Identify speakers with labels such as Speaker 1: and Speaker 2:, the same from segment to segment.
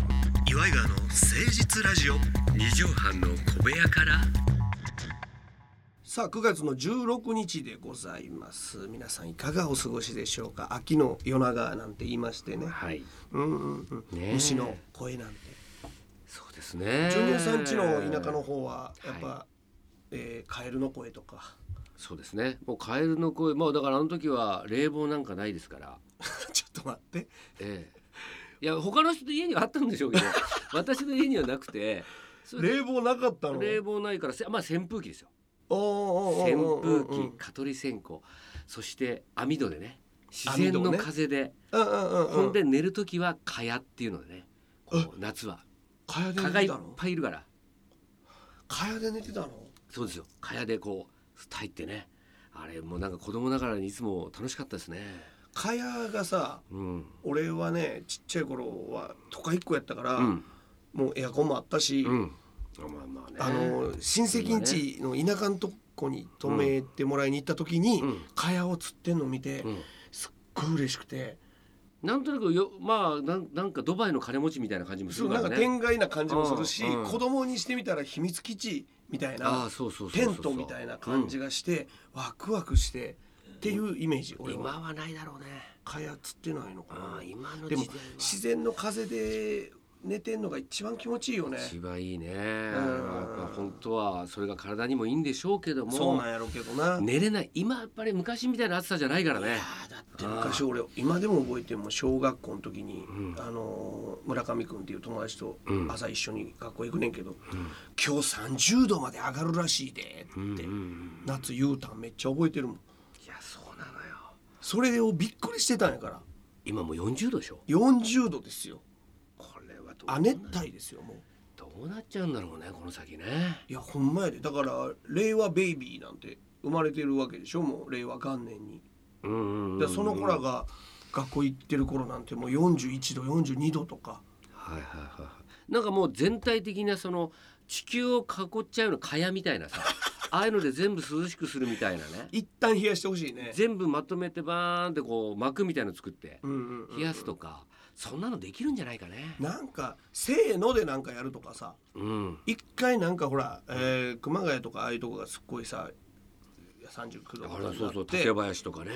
Speaker 1: イガーの誠実ラジオ
Speaker 2: 二畳半の小部屋から
Speaker 3: さあ9月の16日でございます皆さんいかがお過ごしでしょうか秋の夜長なんて言いましてね、
Speaker 2: はい
Speaker 3: うんうんうん
Speaker 2: ねえ
Speaker 3: 虫の声なんて
Speaker 2: そうですね
Speaker 3: ジュニアさんちの田舎の方はやっぱ、
Speaker 2: は
Speaker 3: えーカエルの声とか
Speaker 2: そうですねもうカエルの声まあだからあの時は冷房なんかないですから
Speaker 3: ちょっと待って
Speaker 2: ええいや他の人の家にはあったんでしょ うけど私の家にはなくてそれで
Speaker 3: 冷房なかったの
Speaker 2: 冷房ないからせまあ扇風機ですよ
Speaker 3: おー
Speaker 2: 扇
Speaker 3: おーおー
Speaker 2: 風
Speaker 3: うんうん
Speaker 2: 機蚊取り線香そして網戸でね自
Speaker 3: 網
Speaker 2: 然
Speaker 3: 戸ね
Speaker 2: の風で、
Speaker 3: うんうんうん
Speaker 2: ほ
Speaker 3: うんん
Speaker 2: で寝る時は蚊帳っていうのでねこう夏は
Speaker 3: 蚊帳で寝
Speaker 2: 蚊
Speaker 3: て
Speaker 2: がいった
Speaker 3: の
Speaker 2: ぱいいるから
Speaker 3: 蚊帳で寝てたの
Speaker 2: そうですよ蚊帳でこうスタイってねあれもうなんか子供ながらにいつも楽しかったですね
Speaker 3: 蚊帳がさ
Speaker 2: うん
Speaker 3: 俺はねちっちゃい頃は都会っ子やったから、
Speaker 2: うん
Speaker 3: もうエアコンもあったし、
Speaker 2: うんまあまあね
Speaker 3: あの親戚んちの田舎のとこに泊めてもらいに行った時に
Speaker 2: うん
Speaker 3: 蚊帳を釣ってんの見て
Speaker 2: うん
Speaker 3: すっごい嬉しくて
Speaker 2: なんとなくよまあなんなんかドバイの金持ちみたいな感じもす
Speaker 3: そ
Speaker 2: る
Speaker 3: う
Speaker 2: か
Speaker 3: なん
Speaker 2: ら
Speaker 3: か
Speaker 2: ね
Speaker 3: 天外な感じもするし
Speaker 2: うんうん
Speaker 3: 子供にしてみたら秘密基地みたい
Speaker 2: あ
Speaker 3: な
Speaker 2: あそうそうそう
Speaker 3: テ
Speaker 2: そう
Speaker 3: ントみたいな感じがしてワクワクしてっていうイメージ
Speaker 2: うん
Speaker 3: 俺は
Speaker 2: 今はないだろうね
Speaker 3: 蚊帳釣ってないのか
Speaker 2: あ
Speaker 3: な
Speaker 2: あ今の
Speaker 3: で
Speaker 2: 時代
Speaker 3: も
Speaker 2: は
Speaker 3: 自然の風で寝てんのが一番気持ちいいよね
Speaker 2: 一番いいね、
Speaker 3: ん
Speaker 2: まあ本当はそれが体にもいいんでしょうけども
Speaker 3: そうなんやろうけどな
Speaker 2: 寝れない今やっぱり昔みたいな暑さじゃないからね
Speaker 3: あーだって昔俺今でも覚えてるもん小学校の時に、あのー村上君っていう友達と
Speaker 2: うん
Speaker 3: 朝一緒に学校行くねんけど、今日30度まで上がるらしいでって、
Speaker 2: うんうん
Speaker 3: 夏言うたんめっちゃ覚えてるもん
Speaker 2: いやそうなのよ
Speaker 3: それをびっくりしてたんやから
Speaker 2: 今もう40度でしょ
Speaker 3: 40度ですよ
Speaker 2: これはど
Speaker 3: 亜
Speaker 2: う
Speaker 3: 熱帯ですよもう
Speaker 2: どうなっちゃうんだろうねこの先ね
Speaker 3: いやほんまやでだから令和ベイビーなんて生まれてるわけでしょもう令和元年に
Speaker 2: うんうんうん
Speaker 3: でその子らが学校行ってる頃なんてもう41度42度とか
Speaker 2: はいはいはいはいなんかもう全体的なその地球を囲っちゃうような蚊帳みた いなさああいうので全部涼しくするみたいなね
Speaker 3: 一旦冷やしてほしいね
Speaker 2: 全部まとめてバーンってこう膜みたいの作って
Speaker 3: うんうんうん
Speaker 2: 冷やすとかそんなのできるんじゃないかね
Speaker 3: なんか「せーの」でなんかやるとかさ
Speaker 2: うん
Speaker 3: 一回なんかほら、えー熊谷とかああいうとこがすっごいさ39度
Speaker 2: あ
Speaker 3: とかに
Speaker 2: れ
Speaker 3: なって
Speaker 2: そうそう竹林とかね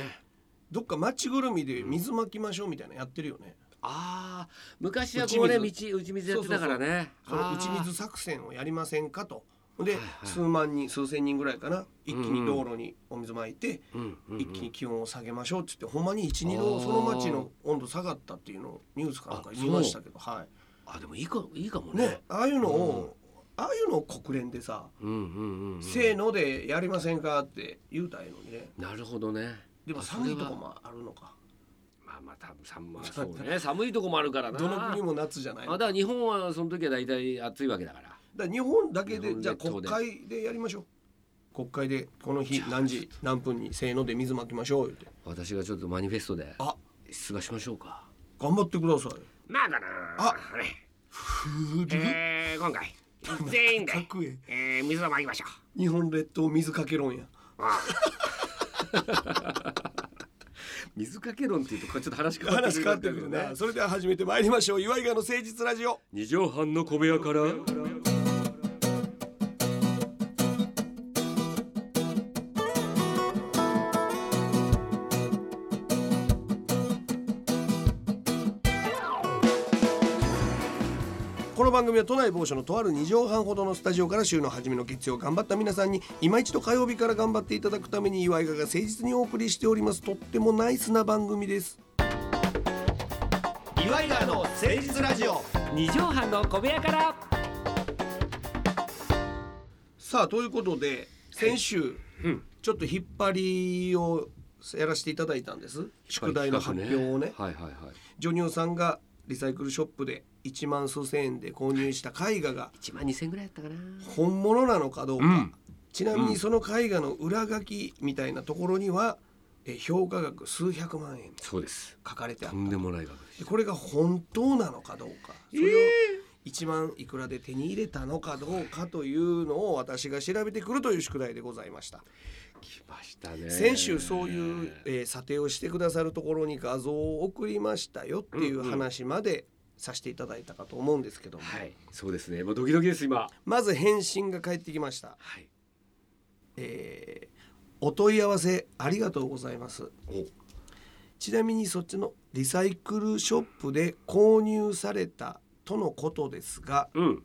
Speaker 3: どっか町ぐるみで水まきましょうみたいなのやってるよね、
Speaker 2: ああ昔はこうね
Speaker 3: 打
Speaker 2: 道打
Speaker 3: ち
Speaker 2: ち水やってたからね
Speaker 3: その
Speaker 2: あ
Speaker 3: 打ち
Speaker 2: ー
Speaker 3: 水作戦をやりませんかとで、
Speaker 2: はいはい
Speaker 3: 数万人数千人ぐらいかな一気に道路にお水まいて、
Speaker 2: うんうんうん
Speaker 3: 一気に気温を下げましょうっつってほんまに12度その町の温度下がったっていうのをニュースかなんか
Speaker 2: あ
Speaker 3: 見ましたけどはい
Speaker 2: あでもいいかいいかもね
Speaker 3: ねああいうのを、ああいうのを国連でさ
Speaker 2: うんうんうんうん
Speaker 3: せーのでやりませんかって言うたらええのにね
Speaker 2: なるほどね
Speaker 3: でも
Speaker 2: あそれ
Speaker 3: 寒いと
Speaker 2: は
Speaker 3: こもあるのか
Speaker 2: まあまあ多分寒いそう ね寒いとこもあるからな
Speaker 3: どの国も夏じゃない
Speaker 2: あ
Speaker 3: のか
Speaker 2: だから日本はその時は大体暑いわけだか
Speaker 3: だ
Speaker 2: ら
Speaker 3: から日本だけ
Speaker 2: 日
Speaker 3: で
Speaker 2: 本
Speaker 3: じゃあ
Speaker 2: 列島
Speaker 3: 国
Speaker 2: で
Speaker 3: 会でやりましょう国会でこの
Speaker 2: じ
Speaker 3: 日
Speaker 2: ゃあ
Speaker 3: 何時何分にせーので水まきましょう言って
Speaker 2: 私がちょっとマニフェストで
Speaker 3: あ
Speaker 2: 出馬しましょうか
Speaker 3: 頑張ってください
Speaker 2: まあだな
Speaker 3: あ
Speaker 2: れ
Speaker 3: ふる
Speaker 2: えー、今回全員
Speaker 3: かっこいい
Speaker 2: えー、水をまきましょ
Speaker 3: 日本列島水かけ論 や
Speaker 2: う 水かけ論っていうとこれちょっと話変わって
Speaker 3: 話
Speaker 2: くる
Speaker 3: 変わってくるなそれでは始めてまいりましょう岩井川の誠実ラジオ
Speaker 2: 二畳半の小部屋から
Speaker 3: この番組は都内某所のとある2畳半ほどのスタジオから週の初めの月曜頑張った皆さんに今一度火曜日から頑張っていただくために岩井川が誠実にお送りしておりますとってもナイスな番組です岩井川の誠実ラジオ
Speaker 2: 二畳半の小部屋から
Speaker 3: さあということで先週、
Speaker 2: うん
Speaker 3: ちょっと引っ張りをやらせていただいたんです宿題の発表をね
Speaker 2: はいはいはい
Speaker 3: ジョニオさんがリサイクルショップで1万数千円で購入した絵画が
Speaker 2: 1万2000ぐらいやったかな
Speaker 3: 本物なのかどうか、
Speaker 2: うん
Speaker 3: ちなみにその絵画の裏書きみたいなところには、え評価額数百万円
Speaker 2: そうです
Speaker 3: 書かれてあ
Speaker 2: と
Speaker 3: る
Speaker 2: んでもない額です
Speaker 3: でこれが本当なのかどうかそれを1万いくらで手に入れたのかどうかというのを私が調べてくるという宿題でございました
Speaker 2: 来ましたね
Speaker 3: 先週そういう、えー査定をしてくださるところに画像を送りましたよっていう話までさせていただいたかと思うんですけども、
Speaker 2: はいそうですねもうドキドキです今
Speaker 3: まず返信が返ってきました、
Speaker 2: はい
Speaker 3: えーお問い合わせありがとうございます
Speaker 2: お
Speaker 3: ちなみにそっちのリサイクルショップで購入されたとのことですが
Speaker 2: うん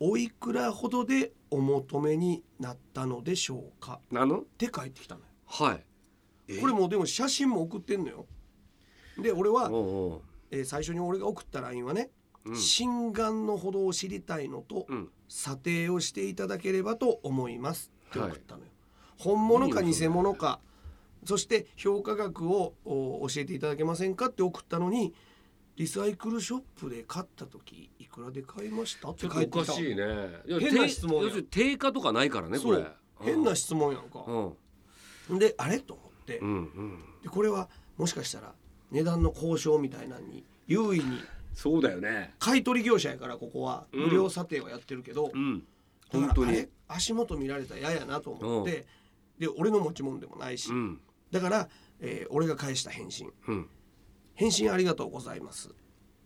Speaker 3: おいくらほどでお求めになったのでしょうか
Speaker 2: なの
Speaker 3: って返ってきたのよ
Speaker 2: はいえ
Speaker 3: これもうでも写真も送ってんのよで俺は、
Speaker 2: おうおう
Speaker 3: えー最初に俺が送った LINE はね、
Speaker 2: うん
Speaker 3: 心眼のほどを知りたいのと、
Speaker 2: うん
Speaker 3: 査定をしていただければと思いますって送ったのよ、本物か偽物かそして評価額をお教えていただけませんかって送ったのにリサイクルショップで買った時いくらで買いましたっ
Speaker 2: ち
Speaker 3: て
Speaker 2: ょっ
Speaker 3: 書い
Speaker 2: と
Speaker 3: て
Speaker 2: お
Speaker 3: き
Speaker 2: か
Speaker 3: た
Speaker 2: しいねいや
Speaker 3: 変な質問や
Speaker 2: て要するに定価とかないからねこ
Speaker 3: そ
Speaker 2: れ
Speaker 3: う変な
Speaker 2: 質
Speaker 3: 質問やんか
Speaker 2: う、ん
Speaker 3: であれと思って、
Speaker 2: うんうん
Speaker 3: でこれはもしかしたら値段の交渉みたいなのに優位に
Speaker 2: そうだよね
Speaker 3: 買い取り業者やからここは
Speaker 2: うん
Speaker 3: 無料査定はやってるけど、
Speaker 2: うん
Speaker 3: だから
Speaker 2: 本当
Speaker 3: あ
Speaker 2: に
Speaker 3: れ足元見られたら嫌やなと思って、で俺の持ち物でもないし、
Speaker 2: うん
Speaker 3: だから、えー俺が返した返信
Speaker 2: うん
Speaker 3: 「返信ありがとうございます」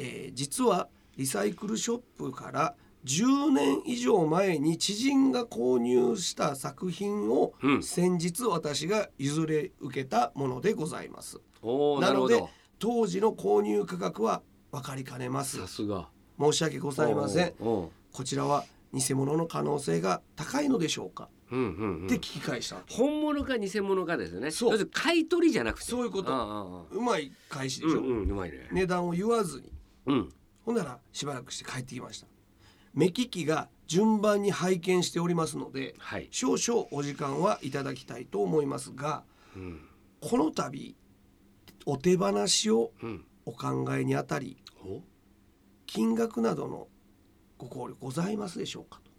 Speaker 3: えー実はリサイクルショップから10年以上前に知人が購入した作品を
Speaker 2: うん
Speaker 3: 先日私が譲れ受けたものでございます。
Speaker 2: おおな
Speaker 3: な
Speaker 2: る
Speaker 3: の
Speaker 2: ほ
Speaker 3: で
Speaker 2: ど
Speaker 3: 当時の購入価格は分かりかねます
Speaker 2: さすが
Speaker 3: 申し訳ございません
Speaker 2: おうおう
Speaker 3: こちらは偽物の可能性が高いのでしょうか、
Speaker 2: うんうんうん
Speaker 3: って聞き返したわけ
Speaker 2: 本物か偽物かですよね
Speaker 3: そう
Speaker 2: 要するに買い取りじゃなくて
Speaker 3: そういうこと
Speaker 2: ああああ
Speaker 3: うまい返しで
Speaker 2: う
Speaker 3: し
Speaker 2: ん
Speaker 3: ょ、
Speaker 2: うんうまいね
Speaker 3: 値段を言わずに
Speaker 2: うん
Speaker 3: ほんならしばらくして帰ってきました目利きが順番に拝見しておりますので
Speaker 2: はい
Speaker 3: 少々お時間はいただきたいと思いますが
Speaker 2: うん
Speaker 3: この度お手放しを
Speaker 2: うん
Speaker 3: お考えにあたり
Speaker 2: お
Speaker 3: 金額などのご考慮ございますでしょうかと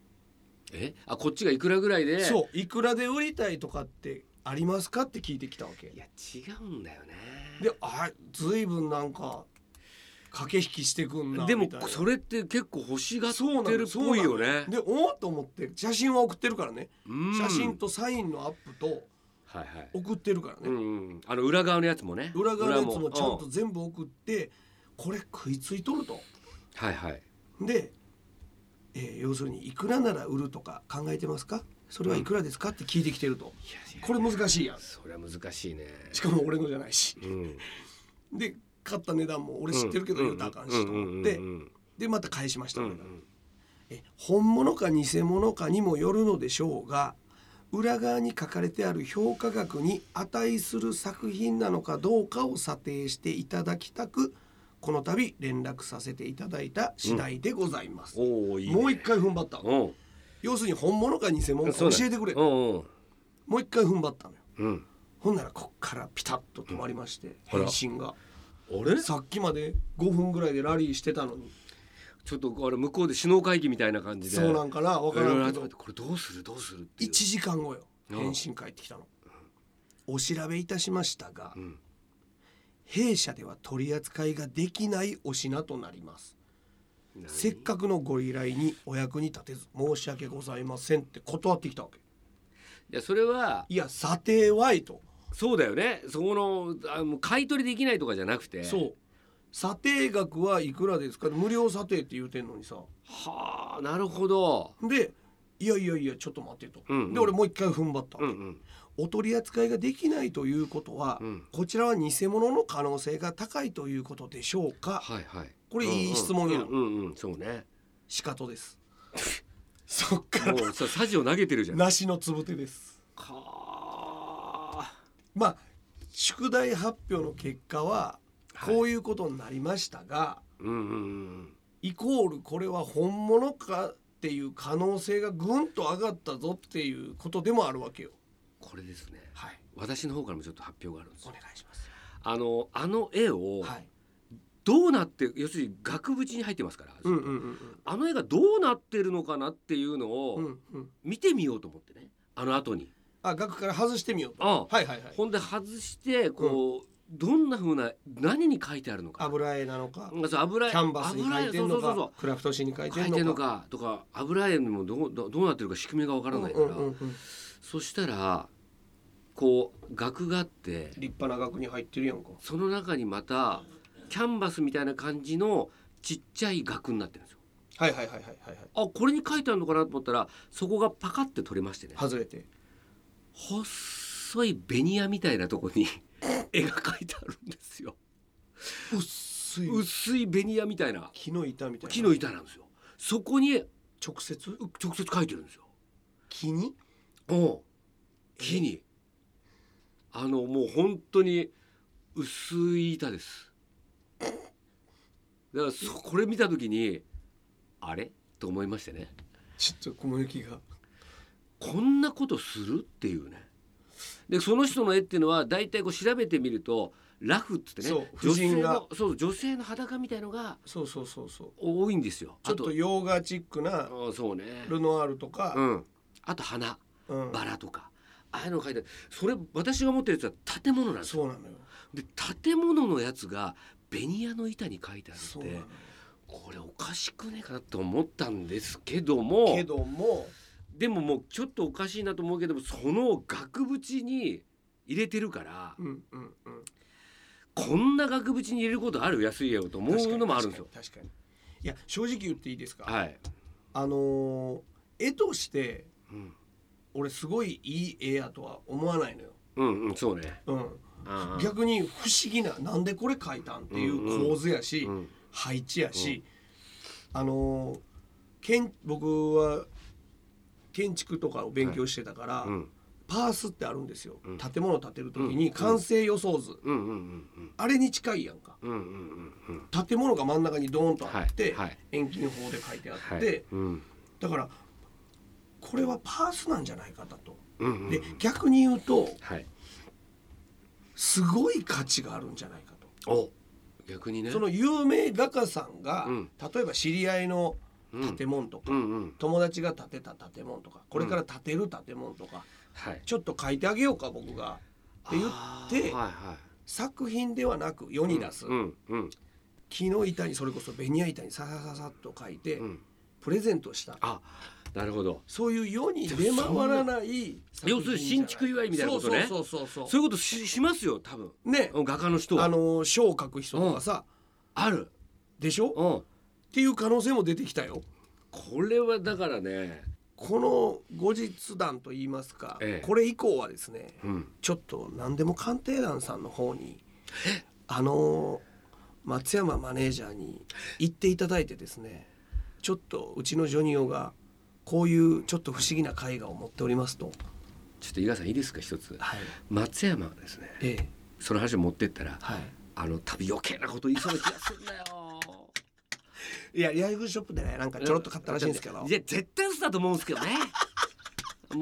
Speaker 2: えあこっちがいくらぐらいで
Speaker 3: そういくらで売りたいとかってありますかって聞いてきたわけ
Speaker 2: いや違うんだよね
Speaker 3: であずいぶんなんか駆け引きしてくんな
Speaker 2: でも
Speaker 3: みたいな
Speaker 2: それって結構欲しがっ
Speaker 3: そうな
Speaker 2: て
Speaker 3: の
Speaker 2: るっぽいよね
Speaker 3: でおおっと思って写真は送ってるからね
Speaker 2: うん
Speaker 3: 写真とサインのアップと
Speaker 2: はいはい
Speaker 3: 送ってるから
Speaker 2: うん
Speaker 3: ね、
Speaker 2: うんあの裏側のやつもね
Speaker 3: 裏側のやつもちゃん
Speaker 2: う
Speaker 3: と全部送ってこれ食いついとると
Speaker 2: はいはい
Speaker 3: で、えー要するにいくらなら売るとか考えてますかそれはいくらですかって聞いてきてると、これ難しいやん
Speaker 2: そりゃ難しいね
Speaker 3: しかも俺のじゃないし
Speaker 2: うん
Speaker 3: で買った値段も俺知ってるけど言うたらあかんしと思って
Speaker 2: うんうん
Speaker 3: でまた返しました
Speaker 2: うんう
Speaker 3: 俺
Speaker 2: ん
Speaker 3: が
Speaker 2: うん
Speaker 3: え本物か偽物かにもよるのでしょうが裏側に書かれてある評価額に値する作品なのかどうかを査定していただきたくこの度連絡させていただいた次第でございます、
Speaker 2: おおいいね
Speaker 3: もう一回踏ん張った
Speaker 2: うん
Speaker 3: 要するに本物か偽物か
Speaker 2: そう
Speaker 3: 教
Speaker 2: だ
Speaker 3: えてくれ
Speaker 2: う
Speaker 3: も
Speaker 2: んうん
Speaker 3: う一回踏ん張ったのよ
Speaker 2: うん
Speaker 3: ほんならこっからピタッと止まりまして
Speaker 2: あら
Speaker 3: 返信が
Speaker 2: あれ
Speaker 3: さっきまで5分ぐらいでラリーしてたのに
Speaker 2: ちょっとあれ向こうで首脳会議みたいな感じで
Speaker 3: そうなんかな分からんけど
Speaker 2: これどうするどうするっていう
Speaker 3: 1時間後よ
Speaker 2: うん
Speaker 3: 返信返ってきたの。お調べいたしましたが、
Speaker 2: ん
Speaker 3: 弊社では取り扱いができないお品となりますせっかくのご依頼にお役に立てず申し訳ございませんって断ってきたわけ
Speaker 2: いやそれはい
Speaker 3: や査定はいと、
Speaker 2: そうだよねそこのあもう買い取りできないとかじゃなくて
Speaker 3: そう査定額はいくらですか無料査定って言うてんのにさ
Speaker 2: はあなるほど
Speaker 3: でいやいやいやちょっと待ってと、
Speaker 2: うんうん
Speaker 3: で俺もう一回踏ん張ったわけ、
Speaker 2: うんうん
Speaker 3: お取り扱いができないということは、
Speaker 2: うん
Speaker 3: こちらは偽物の可能性が高いということでしょうか
Speaker 2: はいはい
Speaker 3: これいい質問やん
Speaker 2: うんうんうんうんそうね
Speaker 3: 仕方です そっか
Speaker 2: もうさサジを投げてるじゃん
Speaker 3: 梨のつぶてです
Speaker 2: か
Speaker 3: まあ宿題発表の結果は
Speaker 2: はい
Speaker 3: こういうことになりましたが、
Speaker 2: うんうんうん
Speaker 3: イコールこれは本物かっていう可能性がぐんと上がったぞっていうことでもあるわけよ
Speaker 2: これですね
Speaker 3: はい
Speaker 2: 私の方からもちょっと発表があるんです
Speaker 3: お
Speaker 2: よ
Speaker 3: 願いします
Speaker 2: あのあの絵を
Speaker 3: はい
Speaker 2: どうなって要するに額縁に入ってますから、
Speaker 3: うんうんうん
Speaker 2: あの絵がどうなってるのかなっていうの
Speaker 3: うんう
Speaker 2: を
Speaker 3: んうん
Speaker 2: 見てみようと思ってねあの後に。
Speaker 3: あ額から外してみようと
Speaker 2: あ
Speaker 3: はいはいはい
Speaker 2: ほんで外してこう、どんな風な何に書いてあるのか
Speaker 3: 油絵なのか
Speaker 2: なんかそう油絵
Speaker 3: キャンバスに
Speaker 2: 油
Speaker 3: 書
Speaker 2: 絵
Speaker 3: いてんの
Speaker 2: そうそうそう
Speaker 3: かクラフト紙に書い
Speaker 2: そう
Speaker 3: て
Speaker 2: 書い
Speaker 3: ん
Speaker 2: てん
Speaker 3: の
Speaker 2: の
Speaker 3: か
Speaker 2: かとか油絵にもどうどうどうなってるか仕組みがわからないから、
Speaker 3: うんうんうん
Speaker 2: そしたらこう額があって
Speaker 3: 立派な額に入ってるやんか
Speaker 2: その中にまたキャンバスみたいな感じのちっちゃい額になってるんですよ
Speaker 3: はいはいはいはいはいはい
Speaker 2: あこれに書いてあるのかなと思ったらそこがパカって取れましてね
Speaker 3: 外れて
Speaker 2: 細いベニヤみたいなとこに絵が描いてあるんですよ
Speaker 3: 薄い
Speaker 2: 薄いベニヤみたいな
Speaker 3: 木の板みたいな
Speaker 2: 木の板なんですよそこに
Speaker 3: 直接
Speaker 2: 直接書いてるんですよ
Speaker 3: 木に
Speaker 2: お木にあのもう本当に薄い板ですだからそこれ見た時にあれと思いましてね
Speaker 3: ちょっと雲行きが
Speaker 2: こんなことするっていうねでその人の絵っていうのは大体こう調べてみるとラフっつってね
Speaker 3: そう婦
Speaker 2: 女性
Speaker 3: 人が
Speaker 2: のそう女性の裸みたいのが
Speaker 3: そうそうそうそう
Speaker 2: 多いんですよ
Speaker 3: ちょっと洋画チック
Speaker 2: あ
Speaker 3: な
Speaker 2: とあそうね
Speaker 3: ルノアールとか、
Speaker 2: うんあと花
Speaker 3: うん
Speaker 2: バラとかああいうの書いてあるそれ私が持ってるやつは建物なんですよ
Speaker 3: そうなのよ
Speaker 2: で建物のやつがベニヤの板に書いてあ
Speaker 3: そ
Speaker 2: る
Speaker 3: うんなの
Speaker 2: で
Speaker 3: よ
Speaker 2: これおかしくねえかなと思ったんですけども
Speaker 3: けども
Speaker 2: でももうちょっとおかしいなと思うけどもその額縁に入れてるから、
Speaker 3: うんうんうん
Speaker 2: こんな額縁に入れることある安い絵をと思うのもあるんですよ。
Speaker 3: 確かに確かにいや正直言っていいですか、
Speaker 2: はい、
Speaker 3: あのー絵として
Speaker 2: うん、
Speaker 3: 俺すごいいい絵やとは思わないのよ、
Speaker 2: うんうんそうね。
Speaker 3: うん、
Speaker 2: あー
Speaker 3: 逆に不思議ななんでこれ描いたんっていう構図やし、
Speaker 2: うん
Speaker 3: 配置やし、あのーけん僕は建築とかを勉強してたから、
Speaker 2: うん
Speaker 3: パースってあるんですよ、
Speaker 2: うん
Speaker 3: 建物建てる時
Speaker 2: う
Speaker 3: に
Speaker 2: ん
Speaker 3: 完成予想図、
Speaker 2: うんうんうん
Speaker 3: あれに近いやんか
Speaker 2: うんうんうんうん
Speaker 3: 建物が真ん中にドーンとあって、
Speaker 2: はいはい
Speaker 3: 遠近法で書いてあって、
Speaker 2: はいうん
Speaker 3: だからこれはパースなんじゃないかだと。
Speaker 2: うんうん
Speaker 3: で逆に言うと
Speaker 2: はい
Speaker 3: すごい価値があるんじゃないかと。
Speaker 2: お逆にね
Speaker 3: その有名画家さんが、
Speaker 2: うん
Speaker 3: 例えば知り合いの
Speaker 2: うん
Speaker 3: 建物とか、
Speaker 2: うんうん
Speaker 3: 友達が建てた建物とかこれから建てる建物とか、
Speaker 2: はい
Speaker 3: ちょっと書いてあげようか僕がって言
Speaker 2: あ
Speaker 3: って
Speaker 2: ーはいはい
Speaker 3: 作品ではなく世に出す、
Speaker 2: うんうん
Speaker 3: 木の板にそれこそベニヤ板にささささっと書いて、
Speaker 2: うん
Speaker 3: プレゼントした
Speaker 2: あなるほど
Speaker 3: そういう世に出回らない作品じゃない
Speaker 2: 要するに新築祝いみたいなことね
Speaker 3: そうそうそうそう
Speaker 2: そういうことししますよ多分
Speaker 3: ね
Speaker 2: うん画家の人は
Speaker 3: あの書を書く人とかさ、
Speaker 2: ある
Speaker 3: でしょっ
Speaker 2: うん
Speaker 3: ていう可能性も出てきたよ。
Speaker 2: これはだからね
Speaker 3: この後日談といいますか、
Speaker 2: ええ
Speaker 3: これ以降はですね
Speaker 2: うん
Speaker 3: ちょっと何でも鑑定団さんの方にあの松山マネージャーに行っていただいてですねちょっとうちのジョニオがこういうちょっと不思議な絵画を持っておりますと、
Speaker 2: ちょっと井川さんいいですか一つ
Speaker 3: はい
Speaker 2: 松山はですね
Speaker 3: ええ
Speaker 2: その話を持ってったら
Speaker 3: は
Speaker 2: あの多分余計なこと言いそうな気がするんだよ
Speaker 3: い、いやリアルショップでねなんか ちょろっと買ったらしいんですけど
Speaker 2: いや絶対嘘だと思うんですけどね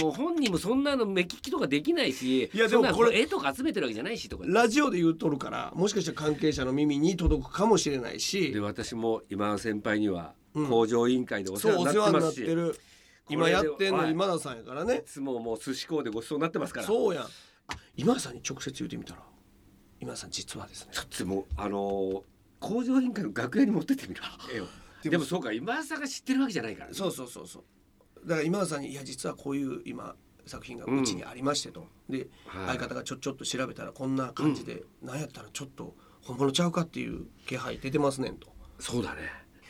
Speaker 2: もう本人もそんなの目利きとかできないし
Speaker 3: いやでも
Speaker 2: そんな
Speaker 3: これ
Speaker 2: 絵とか集めてるわけじゃないしとか
Speaker 3: ラジオで言うとるからもしかしたら関係者の耳に届くかもしれない
Speaker 2: で
Speaker 3: し
Speaker 2: 私も今の先輩には
Speaker 3: うん
Speaker 2: 工場委員会でお世
Speaker 3: そうお
Speaker 2: 話に
Speaker 3: 世
Speaker 2: なっ
Speaker 3: 話
Speaker 2: て
Speaker 3: に
Speaker 2: ま
Speaker 3: なっ
Speaker 2: す
Speaker 3: て
Speaker 2: し、
Speaker 3: る今やってんの今田さんやからね
Speaker 2: いつももう寿司工でごちそうになってますから
Speaker 3: そうやんあ今田さんに直接言ってみたら今田さん実はですね
Speaker 2: ちょっともうあのー工場委員会の楽屋に持ってってみる絵を
Speaker 3: でも
Speaker 2: でもそうか今田さんが知ってるわけじゃないからね
Speaker 3: そうそうそうそうだから今田さんに「いや実はこういう今作品がうちにありましてと」で、
Speaker 2: はい
Speaker 3: 相方がちょちょっと調べたらこんな感じで、なんやったらちょっと本物ちゃうかっていう気配出てますねんと
Speaker 2: そうだね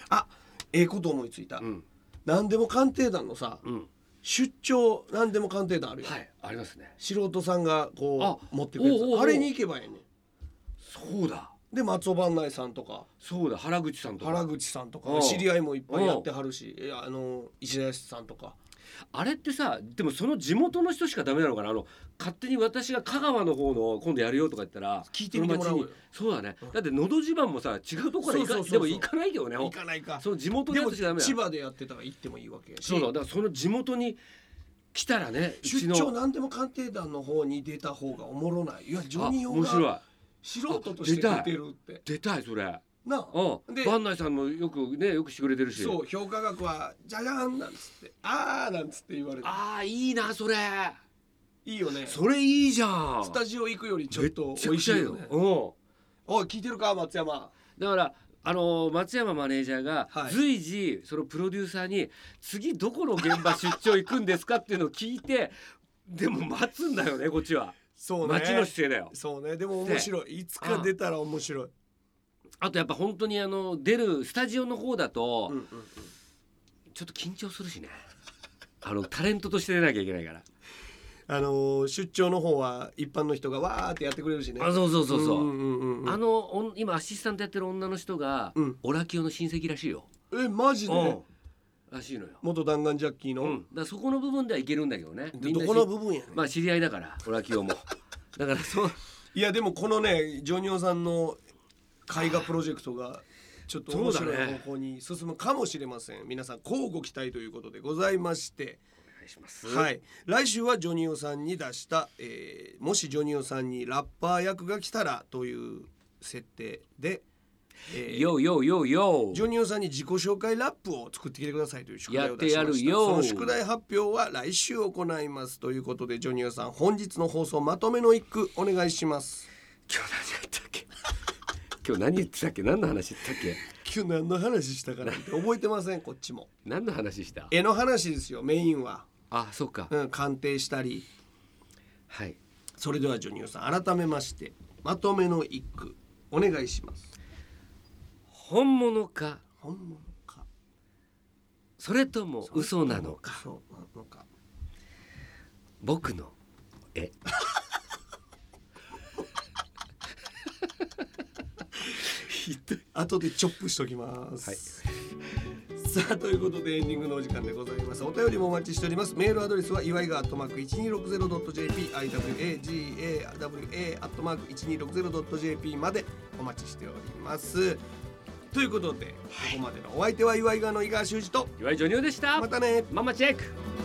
Speaker 3: あええこと思いついた、
Speaker 2: うん
Speaker 3: 何でも鑑定団のさ、
Speaker 2: うん
Speaker 3: 出張何でも鑑定団あるよ、
Speaker 2: はいありますね
Speaker 3: 素人さんがこ
Speaker 2: あ
Speaker 3: う持ってくれるやつ
Speaker 2: おうおうおう
Speaker 3: あれに行けばええねん
Speaker 2: そうだ
Speaker 3: で松尾万内さんとか
Speaker 2: そうだ原口さんとか
Speaker 3: 原口さんと
Speaker 2: う
Speaker 3: か
Speaker 2: ん
Speaker 3: 知り合いもいっぱいやってはるしいやあの石田康さんとか
Speaker 2: あれってさでもその地元の人しかダメなのかなあの勝手に私が香川の方の今度やるよとか言ったら
Speaker 3: 聞いてみてもらおうよ
Speaker 2: その町にそうだね、だって「のど自慢」もさ違うとこか
Speaker 3: そう
Speaker 2: ら行か
Speaker 3: そうそうそう
Speaker 2: でも行かないけどね
Speaker 3: 行かないか
Speaker 2: その地元の
Speaker 3: で
Speaker 2: や
Speaker 3: も
Speaker 2: つしかダメだ
Speaker 3: 千葉でやってたら行ってもいいわけやし
Speaker 2: そうだだからその地元に来たらねうち
Speaker 3: 出
Speaker 2: の
Speaker 3: 張なんでも鑑定団の方に出た方がおもろないいやジョニ
Speaker 2: あ
Speaker 3: オ
Speaker 2: 面白
Speaker 3: が
Speaker 2: い
Speaker 3: 素人として出てるって
Speaker 2: 出たいそれ
Speaker 3: なあ
Speaker 2: うん
Speaker 3: で
Speaker 2: 番内さんもよくねよくしてくれてるし
Speaker 3: そう評価額は「じゃがーん」なんつって「あー」なんつって言われて
Speaker 2: ああいいなそれ
Speaker 3: いいよねス
Speaker 2: それいいじゃん
Speaker 3: タジオ行くよりちょっと美味しいよね
Speaker 2: よ、
Speaker 3: おい聞いてるか松山
Speaker 2: うん、だからあのー松山マネージャーが
Speaker 3: はい
Speaker 2: 随時そのプロデューサーに次どこの現場出張行くんですかっていうのを聞いてでも待つんだよねこっちは
Speaker 3: そうね
Speaker 2: 待ちの姿勢だよ
Speaker 3: そうねでも面白いいつか出たら面白い
Speaker 2: あとやっぱ本当にあの出るスタジオの方だと
Speaker 3: うんうんうん
Speaker 2: ちょっと緊張するしねあのタレントとして出なきゃいけないから
Speaker 3: あのー出張の方は一般の人がわーってやってくれるしね
Speaker 2: あそうそうそうそう、
Speaker 3: んうんうんうん
Speaker 2: あのおん今アシスタントやってる女の人が、
Speaker 3: うん
Speaker 2: オラキオの親戚らしいよ、
Speaker 3: えマジで
Speaker 2: うんらしいのよ、
Speaker 3: 元弾丸ジャッキーの、
Speaker 2: うん、だからそこの部分ではいけるんだけどね
Speaker 3: で
Speaker 2: みん
Speaker 3: ど
Speaker 2: な
Speaker 3: この部分やねん
Speaker 2: まあ知り合いだからオラキ オもだからそう
Speaker 3: いやでもこのねジョニオさんの絵画プロジェクトがちょっと面
Speaker 2: そう
Speaker 3: 白
Speaker 2: だ
Speaker 3: い
Speaker 2: ね
Speaker 3: 方向に進むかもしれません、皆さん乞うご期待ということでございまして、
Speaker 2: お願いします
Speaker 3: はい来週はジョニオさんに出した、えーもしジョニオさんにラッパー役が来たら」という設定で、えー
Speaker 2: よよよよ
Speaker 3: ジョニオさんに自己紹介ラップを作ってきてくださいという宿題を出しました
Speaker 2: やってやるよ
Speaker 3: その宿題発表は来週行いますということでジョニオさん本日の放送まとめの一句お願いします
Speaker 2: 今日何やったっけ 今日何言ってたっけ何の話したっけ
Speaker 3: 今日何の話したかなって覚えてませんこっちも
Speaker 2: 何の話した
Speaker 3: 絵の話ですよメインは、
Speaker 2: あそうか、
Speaker 3: うん、鑑定したり
Speaker 2: はい
Speaker 3: それではジョニオさん改めましてまとめの一句お願いします
Speaker 2: 本物か
Speaker 3: 本物か
Speaker 2: それとも嘘なのか
Speaker 3: そうなのか
Speaker 2: 僕の絵ひどい
Speaker 3: 後でチョップしときます、 さあということでエンディングのお時間でございますお便りもお待ちしておりますメールアドレスは祝いがアットマーク 1260.jp iwagawa アットマーク 1260.jp までお待ちしておりますということで、ここまでのお相手は祝いがの井川修司と
Speaker 2: 岩井ジョニオでした
Speaker 3: またね
Speaker 2: ママチェック
Speaker 3: 「